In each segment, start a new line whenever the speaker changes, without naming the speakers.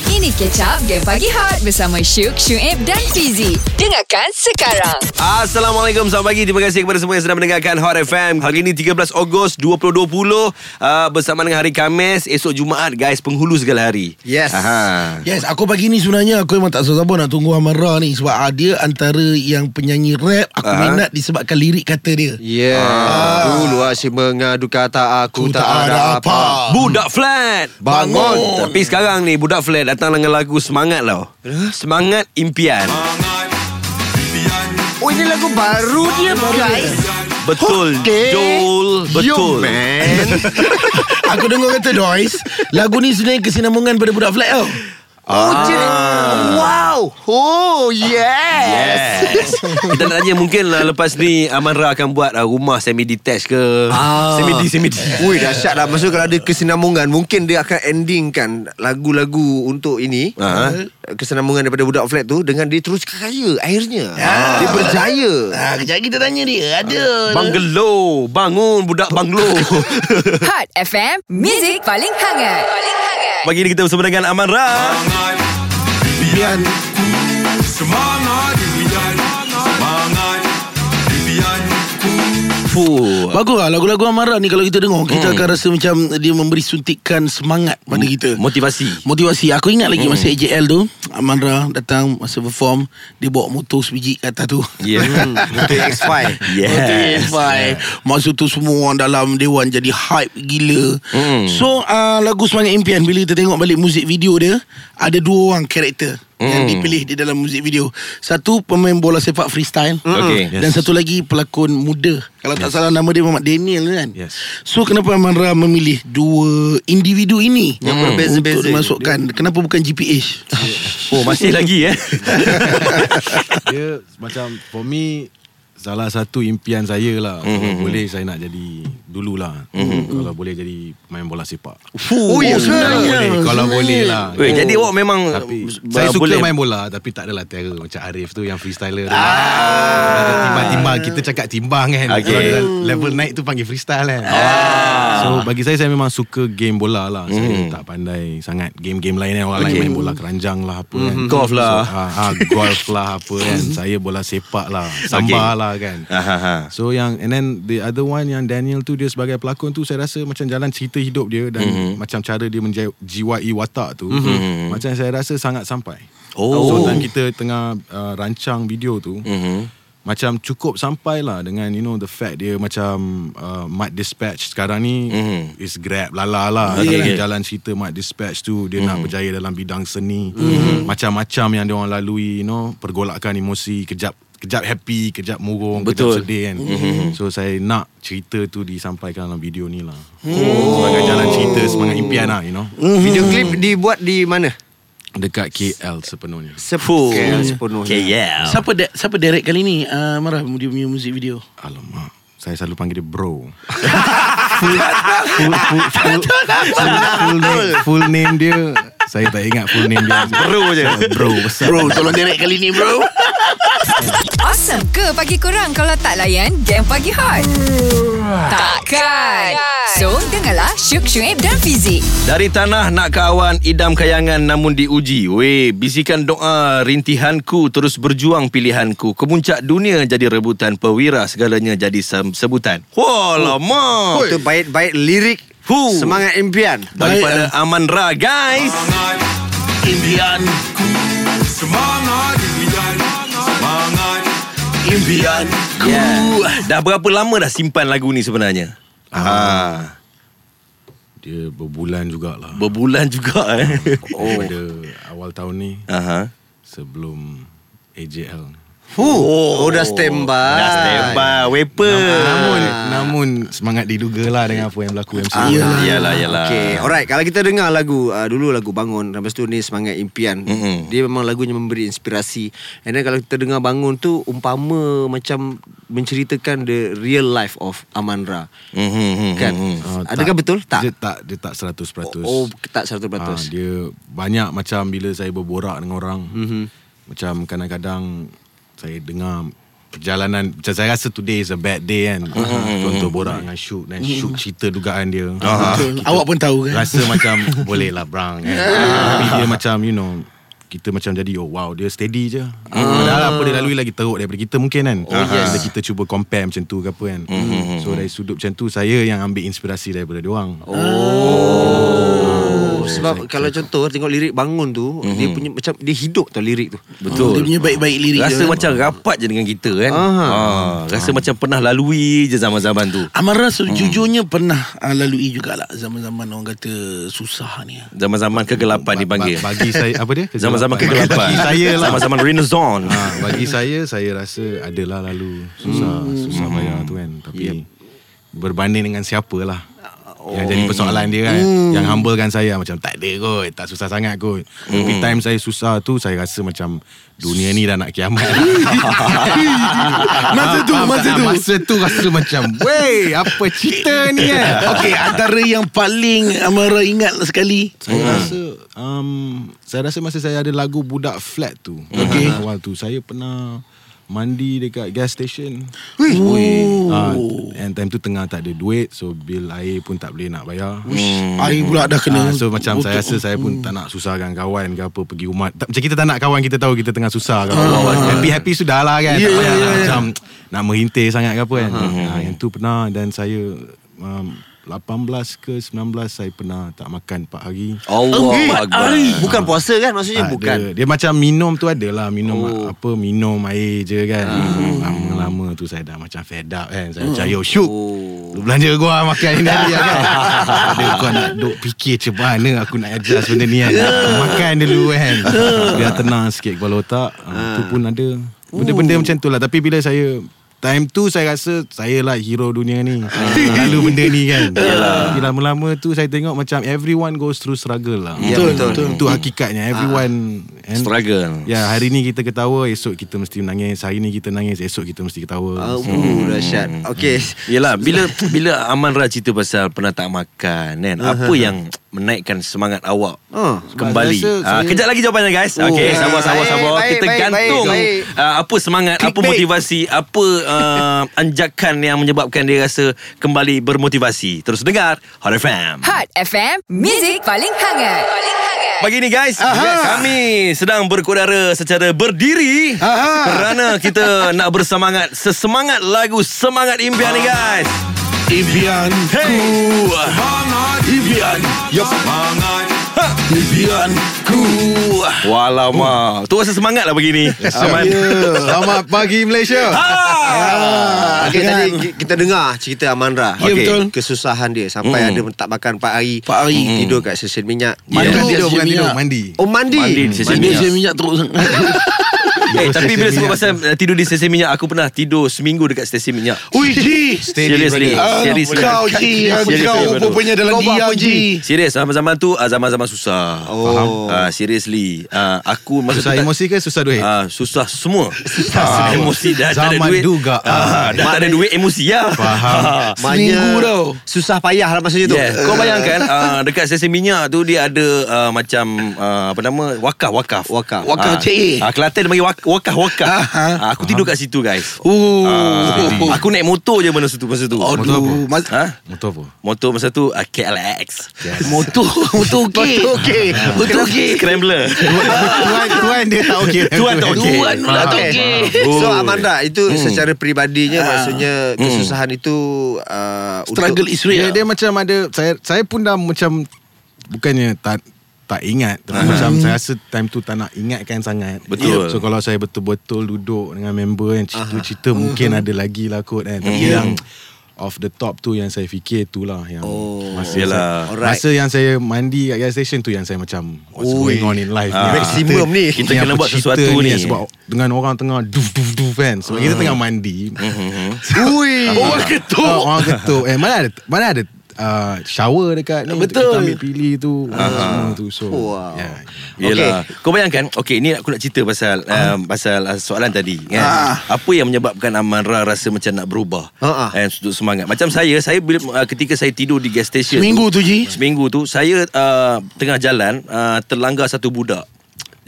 Ini Catch Up Game Pagi Hot bersama Syuk, Syuib dan Fizi. Dengarkan sekarang.
Assalamualaikum Selamat pagi Terima kasih kepada semua Yang sedang mendengarkan Hot FM Hari ini 13 Ogos 2020 uh, Bersama dengan hari Kamis Esok Jumaat guys Penghulu segala hari
Yes
Aha.
Yes Aku pagi ni sebenarnya Aku memang tak sabar-sabar Nak tunggu Amara ni Sebab ah, dia antara Yang penyanyi rap Aku
Aha.
minat Disebabkan lirik kata dia
Yeah ah. Dulu asyik mengadu kata aku tak, ada apa,
Budak flat
Bangun.
Tapi sekarang ni Budak flat datang dengan lagu Semangat tau Semangat impian
Oh ini lagu baru Oh, dia guys
Betul
Okay.
Jol Betul
You man
Aku dengar kata Dois Lagu ni sebenarnya Kesinambungan pada budak flat tau
Oh jadi Wow Oh yes,
Yes. Kita nak tanya mungkin lah lepas ni Amara akan buat uh, rumah semi detached ke ah. semi di semi di.
Ui dahsyat lah Maksudnya kalau ada kesinambungan Mungkin dia akan endingkan Lagu-lagu untuk ini
Ah.
Kesinambungan daripada budak flat tu Dengan dia terus kaya Akhirnya Dia berjaya
ah, Kejap lagi kita tanya dia Ada
Banglo Bangun budak banglo
Hot FM, Music paling hangat. Paling hangat.
Pagi ni kita bersama dengan Amara
Bian
Fuh
Bagus lah Lagu-lagu Amara ni Kalau kita dengar Kita akan rasa macam Dia memberi suntikan semangat Pada
Hmm.
kita
Motivasi
Motivasi Aku ingat lagi masa AJL tu Amara datang Masa perform Dia bawa motor sebiji kat atas tu
Yeah
Untuk X5
Yes
Spotify Masa tu semua orang dalam Dewan jadi hype gila
Hmm.
So uh, lagu Semangat Impian Bila kita tengok balik muzik video dia Ada dua orang karakter Yang dipilih di dalam muzik video Satu pemain bola sepak freestyle
Okay.
Dan satu lagi pelakon muda Kalau tak salah nama dia Muhammad Daniel kan
Yes.
So kenapa Amara memilih dua individu ini
Yang
untuk
berbeza-beza.
dimasukkan Kenapa bukan GPH
Oh masih lagi eh
Dia macam For me Salah satu impian saya lah
Mhm,
mm-hmm. Kalau boleh saya nak jadi Dulu lah mm-hmm. Kalau boleh jadi Main bola sepak
Fuh
Oh, ya ke?
Kalau boleh Kalau boleh lah
Weh, jadi awak memang
tapi
uh,
saya suka
boleh-
main bola tapi tak adalah terror macam Arif tu yang freestyler tu. Ah. Timbang-timbang kita cakap timbang kan.
Okay.
Kalau dalam level naik tu panggil freestyle kan. Ah. So bagi saya saya memang suka game bola lah. Mm. Saya
Mhm.
tak pandai sangat game-game lain kan. Orang okay. lain main bola keranjang lah apa kan.
Golf lah.
So, ah, ah, golf lah apa kan. Saya bola sepak lah. Sambar
Okay. Ah,
okay. lah kan.
Aha, aha.
So yang And then the other one Yang Daniel tu Dia sebagai pelakon tu Saya rasa macam jalan cerita hidup dia Dan
Mhm.
mm-hmm. macam cara dia menjiwai watak tu mm-hmm. Macam saya rasa sangat sampai
Oh.
So time kita tengah uh, rancang video tu mm-hmm. Macam cukup sampai lah Dengan you know The fact dia macam uh, Mud Dispatch sekarang ni mm-hmm. Is grab lala lah
Okay, okay.
okay. Jalan cerita Mud Dispatch tu Dia mm-hmm. nak berjaya dalam bidang seni mm-hmm. Macam-macam yang dia orang lalui You know Pergolakan emosi Kejap Kejap happy Kejap murung
Betul.
Kejap sedih kan mm-hmm. So saya nak cerita tu Disampaikan dalam video ni lah oh. Sebagai jalan cerita Semangat impian lah you know
Video klip dibuat di mana?
Dekat KL sepenuhnya
Fuh
Sepul Sepenuhnya
Okay yeah
Siapa di- siapa direct kali ni uh, Amara dia punya muzik video
Alamak Saya selalu panggil dia bro full, full, full, full, full, full, name, full name dia Saya tak ingat full name dia
Bro je.
Bro besar
Bro tolong direct kali ni bro
Awesome ke pagi kurang kalau tak layan Game Pagi Hot? Takkan. So, dengarlah Syuk, Syuib dan Fizi.
Dari tanah nak ke awan Idam kayangan namun diuji Weh bisikan doa Rintihanku terus berjuang pilihanku Kemuncak dunia jadi rebutan Perwira segalanya jadi sem- sebutan Wah lama
Itu baik-baik lirik
Fuh.
Semangat impian
Daripada Aman Ra guys
Impian Impian
yeah. Ya. Dah berapa lama dah simpan lagu ni sebenarnya? Ah,
Dia berbulan jugalah
berbulan juga eh.
oh. Pada awal tahun ni
Aha.
Sebelum AJL
Oh, oh dah standby
Dah standby
Ah.
Weapon
Namun Namun Semangat diduga lah Dengan apa yang berlaku MC
Yalah Yalah, yalah.
Okay Ah, alright Kalau kita dengar lagu uh, Dulu lagu Bangun Lepas tu ni Semangat Impian
Mm-mm.
Dia memang lagunya memberi inspirasi And then kalau kita dengar Bangun tu Umpama macam Menceritakan the real life of Amanra
Mhm, mhm,
Kan
mhm.
Ah, tak.
Adakah betul?
Dia
Tak
tak Dia tak 100%
Oh tak 100%
Ah, dia banyak
Mhm.
macam bila saya berborak dengan orang. Mm-hmm. Macam kadang-kadang saya dengar Perjalanan Macam saya rasa today is a bad day kan
Mhm,
uh-huh. Contoh borak dengan Syuk Dan Syuk cerita dugaan dia uh-huh.
Ah, Betul. Awak pun tahu kan?
Rasa macam Boleh lah brang kan Tapi dia macam you know kita macam jadi oh wow dia steady je. Padahal apa dia lalui lagi teruk daripada kita mungkin kan. Oh, yes. Kita, kita cuba compare macam tu ke apa kan.
Mhm,
Mm-hmm. So dari sudut macam tu saya yang ambil inspirasi daripada dia orang. Oh.
Oh, sebab kalau contoh tengok lirik bangun tu mm-hmm. dia punya macam dia hidup tau lirik tu.
Betul.
Dia punya baik-baik lirik
Rasa
dia. kan?
macam rapat je dengan kita kan.
Aha.
Ah, rasa macam pernah lalui je zaman-zaman tu.
Amara sejujurnya pernah uh, lalui jugalah zaman-zaman orang kata susah ni.
Zaman-zaman kegelapan dipanggil.
Ba- bagi saya apa dia?
Zaman-zaman kegelapan.
Bagi saya lah.
Zaman-zaman renaissance.
Ha, bagi saya saya rasa adalah lalu susah hmm. susah payah tu kan tapi yep. berbanding dengan siapalah oh. yang jadi persoalan dia kan hmm. yang humblekan saya macam tak ada kot tak susah sangat kot hmm. tapi time saya susah tu saya rasa macam dunia ni dah nak kiamat
Masa tu,
Faham
masa
tak?
tu.
masa tu rasa macam wey apa cerita ni kan
Okey, antara yang paling Amara ingat sekali.
Saya rasa um, Saya rasa masa saya ada lagu Budak Flat tu okay.
Hmm.
Awal tu Saya pernah Mandi dekat gas station
Oh.
Ah, And time tu tengah tak ada duit So bil air pun tak boleh nak bayar
Air pula dah kena. Hmm.
Ah, so macam saya rasa saya pun tak nak susahkan kawan ke apa pergi rumah. Tak, macam kita tak nak kawan kita tahu kita tengah susah ke apa.
Ah.
Happy-happy sudahlah kan.
Yeah,
tak payah
yeah,
nak
yeah.
macam nak menghintir sangat ke apa kan.
Hmm.
Ah, yang tu pernah dan saya um, 18 ke 19 saya pernah tak makan 4 hari. Oh,
Allah Akbar.
Oh,
ah,
Bukan puasa kan maksudnya
Tak
bukan.
ada. Dia macam minum tu adalah minum oh. apa minum air je kan.
Ah.
Lama-lama tu saya dah macam fed up kan. Saya macam yo syuk.
Oh.
Lu belanja gua makan ini dia kan. Dia kau nak duk fikir macam mana aku nak adjust benda ni
Ya.
kan. Makan dulu kan. Biar tenang sikit kepala otak. Ah, tu pun ada. Benda-benda
Oh.
macam tu lah. Tapi bila saya Time tu saya rasa Saya lah hero dunia ni
Ah.
Ah, Lalu benda ni kan Tapi lama-lama tu Saya tengok macam Everyone goes through struggle lah
Ya, betul.
Itu hakikatnya Everyone and-
Struggle.
Ya hari ni kita ketawa Esok kita mesti menangis Hari ni kita nangis Esok kita mesti
Oh,
ketawa
uh, dahsyat. Okey.
Yelah bila bila Aman Ra cerita pasal pernah tak makan kan apa yang menaikkan semangat awak
Ah,
kembali
rasa
ah
saya-
kejap lagi jawapannya guys
Oh.
okey sabar sabar
Baik,
sabar
baik,
kita
baik,
gantung
baik,
ah, apa semangat apa
Clickbait.
motivasi apa ah, anjakan yang menyebabkan dia rasa kembali bermotivasi terus dengar Hot FM
Hot FM, Music paling hangat. Paling hangat.
Pagi ni guys Aha. Kami sedang berkudara secara berdiri Aha. Kerana kita nak bersemangat Sesemangat lagu Semangat Impian ni guys
Impian
Hey
Impian Yo Impian ku
Walamak Tu rasa semangat lah pagi ni
Ya,
Aman
Selamat pagi Malaysia
Ah, okay,
kan?
tadi ki- kita dengar cerita Amanra.
Ya, betul.
Kesusahan dia sampai ada tak makan 4 hari.
4 hari.
Mm. Tidur kat stesen minyak. Ya.
Mandi
Bukan
dia
tidur Bukan
sejenak.
tidur Mandi
Oh mandi.
Mandi di stesen
Mandi
minyak.
saya minyak teruk sangat
Eh tapi bila sebut
minyak.
pasal eh, Tidur di stesen minyak Aku pernah tidur seminggu dekat stesen minyak
Ui Ji
Seriously
Ah,
Seriously
Kau Ji
Seriously,
Kau
bro.
rupanya dalam
Kau buat
diam
apa, Ji?
Ji
Serius Zaman-zaman tu ah, Zaman-zaman susah
Oh.
Ah, Seriously Ah, Aku masa
Susah
tu tak-
emosi ke susah duit?
Ah, susah semua. Susah ah, emosi dah tak ada
Eh, Zaman
duit.
duga.
Ah, dah tak ada duit emosi ya.
Faham.
Maknanya
Seminggu tau.
Susah payah lah maksudnya tu.
Yeah. Kau bayangkan uh, dekat stesen minyak tu dia ada uh, macam uh, apa nama wakaf wakaf
Wakaf.
Wakaf cik.
Ah, Kelantan dia panggil wak- wakaf wakaf.
Aha.
Ah, aku tidur kat situ guys.
Oh
Ah, aku naik motor je masa tu masa tu.
Motor apa?
Aduh mas-
Ha?
Motor apa?
Motor masa tu uh, KLX.
Motor Motor okey Motor okey Motor okey
Scrambler.
tuan, tuan dia tak okey
Tuan tak okey.
Tuan
Ah,
pula tak okey
So
Oh.
Amanda itu secara peribadinya maksudnya kesusahan itu uh,
Struggle
untuk,
is
Dia,
ya?
real
dia macam ada saya saya pun dah macam bukannya tak tak ingat tapi macam saya rasa time tu tak nak ingatkan sangat
Hmm. Betul.
so kalau saya betul-betul duduk dengan member kan cerita-cerita
Hmm.
mungkin ada lagi lah kot kan tapi yang off the top tu yang saya fikir tu lah yang oh, masa
Yelah.
saya,
Alright.
masa yang saya mandi kat gas station tu yang saya macam what's
Oi.
going on in life ni?
Ah.
Maximum ni.
Kita
Ni
kena
apa
buat
cerita
sesuatu ni. Hmm.
sebab dengan orang tengah duf duf duf kan sebab kita tengah mandi
Ui.
Orang ketuk
Ah, orang ketuk. Eh mana ada mana ada uh, shower dekat ni.
Betul.
Kita ambil pilih tu uh-huh. semua tu. So. ya.
Wow.
Yeah.
Yelah. Okay. Kau bayangkan, okey ni aku nak cerita pasal
Ah.
um, pasal uh, soalan tadi kan. Apa yang menyebabkan Amara rasa macam nak berubah?
Ha, ha.
Ah,
And sudut semangat. Macam saya, saya bila uh, ketika saya tidur di gas station
Seminggu tu, Ji.
Seminggu tu saya uh, tengah jalan uh, terlanggar satu budak.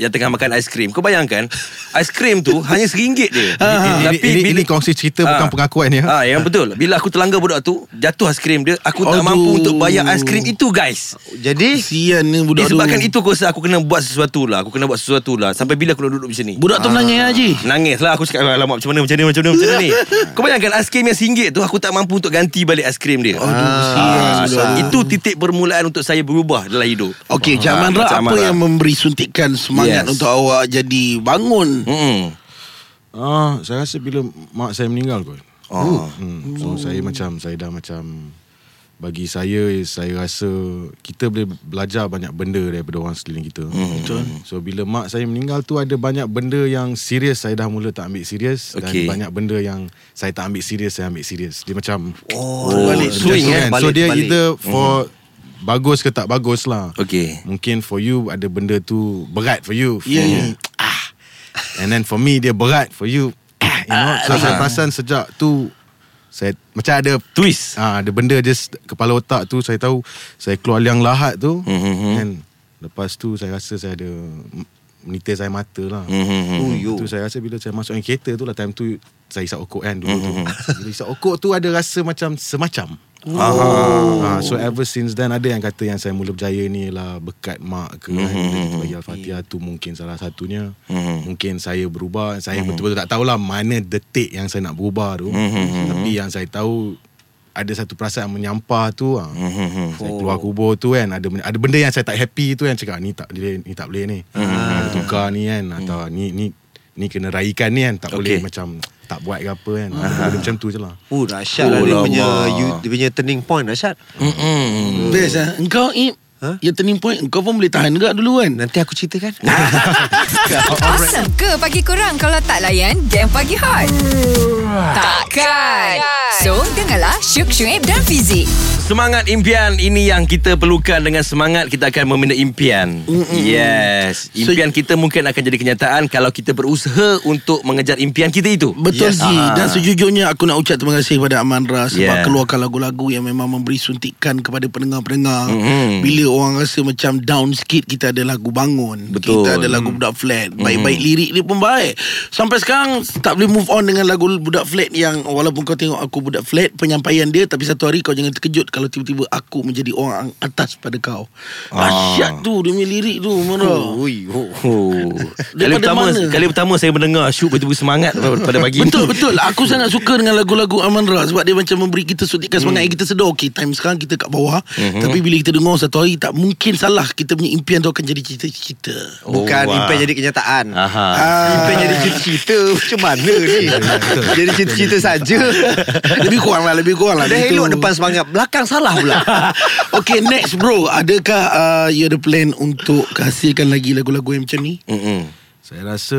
yang tengah makan aiskrim. Kau bayangkan, aiskrim tu hanya RM1 je.
ini- Ah, ini- ini kongsi cerita, bukan pengakuan ya.
Ah, yang betul. Bila aku terlanggar budak tu, jatuh aiskrim dia, aku tak
Aduh.
mampu untuk bayar aiskrim itu guys.
Jadi
Kesian ni budak tu
Disebabkan itu aku rasa aku kena buat sesuatu lah. Aku kena buat sesuatu lah. Sampai bila aku nak duduk macam ni?
Budak tu menangis ya Haji
Nangis lah Aku cakap Alamak macam mana Macam mana Macam mana, macam mana ni Kau bayangkan Aiskrim yang RM1 tu Aku tak mampu untuk ganti balik aiskrim dia ah, so, Itu titik permulaan Untuk saya berubah Dalam hidup
Okey, Cik
Ah,
Amanda,
Cik
apa
Amanda.
yang memberi suntikan semangat
Yes.
untuk awak jadi bangun?
Mm-mm.
Ah, saya rasa bila mak saya meninggal kot.
Ah.
Hmm. So saya macam saya dah macam bagi saya saya rasa kita boleh belajar banyak benda daripada orang sekeliling kita. Hmm. Betul. So bila mak saya meninggal tu ada banyak benda yang serius saya dah mula tak ambil serius
Okey.
dan banyak benda yang saya tak ambil serius saya ambil serius. Dia macam
Oh,
balik
macam
swing
tu
eh
So
Balik-
dia
balik.
either for bagus ke tak bagus lah.
Okay
Mungkin for you ada benda tu berat for you. For
Ya,
me,
ya.
ah. And then for me dia berat for you. Ah, you know. So saya perasan sejak tu saya macam ada
Twist
ah ada benda je s- kepala otak tu saya tahu saya keluar liang lahat tu.
Mhm.
And lepas tu saya rasa saya ada m- menitir saya mata lah.
Mhm.
Oh, yo. Tu saya rasa bila saya masuk dalam kereta tu lah time tu saya isap okok kan dulu tu. Bila isap okok tu ada rasa macam semacam. Oh. Ha, so ever since then ada yang kata yang saya mula berjaya ni lah bekat mak ke kan. Bila kita bagi Al-Fatihah tu mungkin salah satunya. Mungkin saya berubah. Saya betul-betul tak tahulah mana detik yang saya nak berubah tu. Tapi yang saya tahu ada satu perasaan yang menyampah tu ha.
Mm-hmm.
Saya keluar kubur tu kan ada benda- ada benda yang saya tak happy tu kan cakap ni tak boleh ni tak boleh ni. Kena tukar ni kan atau ni ni ni kena raikan ni kan tak
Okay.
boleh macam tak buat ke apa kan. Benda macam tu je lah.
Oh Rashad
Oh,
lah dia
lama.
punya you, dia punya turning point Rashad.
Mm-mm.
Best ah. Engkau Ip,
Ha?
yang turning point engkau pun boleh tahan juga dulu kan.
Nanti aku ceritakan.
Awesome ke pagi kurang kalau tak layan game pagi hot? Takkan. So, dengarlah Syuk Syuib dan Fizik.
Semangat impian Ini yang kita perlukan Dengan semangat Kita akan membina impian Yes Impian kita mungkin akan jadi kenyataan Kalau kita berusaha Untuk mengejar impian kita itu
Betul
Yes.
Ji
Ah.
Dan sejujurnya aku nak ucap terima kasih kepada Amandra Sebab
Yeah.
yeah. keluarkan lagu-lagu yang memang memberi suntikan kepada pendengar-pendengar
Mhm.
Bila orang rasa macam down sikit Kita ada lagu bangun
Betul. Mm-hmm.
Kita ada lagu Budak Flat Baik-baik lirik dia pun baik Sampai sekarang tak boleh move on dengan lagu Budak Flat Yang walaupun kau tengok aku Budak Flat Penyampaian dia Tapi satu hari kau jangan terkejut Kalau tiba-tiba aku menjadi orang atas pada kau
Ah.
Asyik tu dia punya lirik tu Amandra
Ui, oh.
Oh. Kali
Daripada
pertama
mana?
kali pertama saya mendengar Syuk betul-betul semangat pada pagi ni.
Betul betul Aku sangat suka dengan lagu-lagu Amandra Sebab dia macam memberi kita suntikan semangat yang Kita sedar Okay time sekarang kita kat bawah Tapi bila kita dengar satu hari Tak mungkin salah Kita punya impian tu akan jadi cita-cita
Bukan
wah. Ah.
impian jadi kenyataan.
Aha.
Ah.
Impian jadi cerita Macam mana ni Jadi cerita-cerita saja
Lebih kurang lah Lebih kurang lah
Dah
Macam
elok
tu.
depan semangat Belakang salah pula
Okay next bro Adakah uh, you ada plan Untuk hasilkan lagi lagu-lagu yang macam ni
Mm-mm.
Saya rasa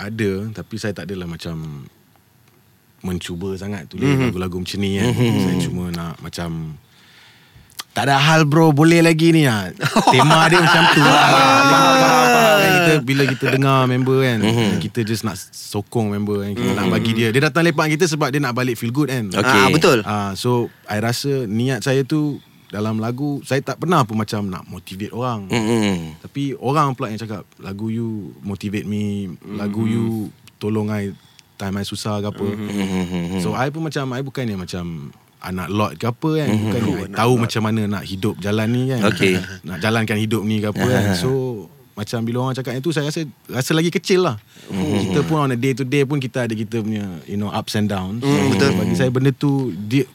ada tapi saya tak adalah macam mencuba sangat tulis mm-hmm. lagu-lagu macam ni kan. Mm-hmm. Saya cuma nak macam tak ada hal bro boleh lagi ni lah. Tema dia macam tu lah. Kan kita, bila kita dengar member kan mm-hmm. Kita just nak sokong member kan Kita mm-hmm. nak bagi dia Dia datang lepak kita sebab dia nak balik feel good kan
Okay.
Ah, Betul
Ah, so I rasa niat saya tu dalam lagu saya tak pernah pun macam nak motivate orang.
Mhm. Mm-mm.
Tapi orang pula yang cakap lagu you motivate me, lagu you tolong I time I susah ke apa.
Hmm.
So I pun macam I bukannya macam anak lot ke apa kan. Bukan I tahu macam mana nak hidup jalan ni kan.
Okay.
nak jalankan hidup ni ke apa kan. So macam bila orang cakap yang tu saya rasa rasa lagi kecil lah. Kita pun on a day to day pun kita ada kita punya you know ups and downs. Betul. Bagi saya benda tu dia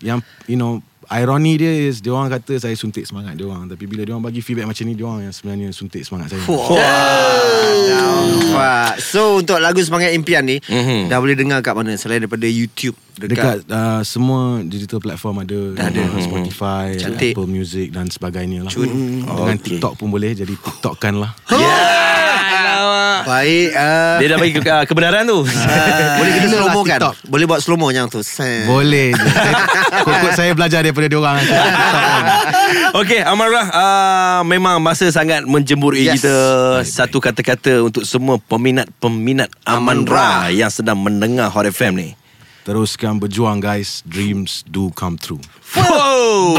yang you know ironi dia is dia orang kata saya suntik semangat dia orang tapi bila dia orang bagi feedback macam ni dia orang yang sebenarnya suntik semangat saya.
Nampak Ya So untuk lagu Semangat Impian ni Dah boleh dengar kat mana Selain daripada YouTube
Dekat, uh, semua digital platform ada,
Dah ada.
Uh, Spotify,
Cantik.
Apple Music dan sebagainya lah.
Cun. Oh,
Dengan TikTok pun boleh jadi TikTokkan lah.
Ha? Ya.
Ah.
Baik uh,
Dia dah bagi ke- ah, kebenaran tu.
Boleh kita
Inilah
slow mo kan
TikTok.
Boleh buat slow mo yang tu Sen.
boleh je. Saya- Kok-kok saya belajar daripada dia orang.
Ah.
Okey, Amarah, uh, memang masa sangat menjemurui yes.
Yes.
kita. Satu kata-kata untuk semua peminat-peminat Amanra yang sedang mendengar Hot FM ni.
Teruskan berjuang guys. Dreams do come true.
Wow.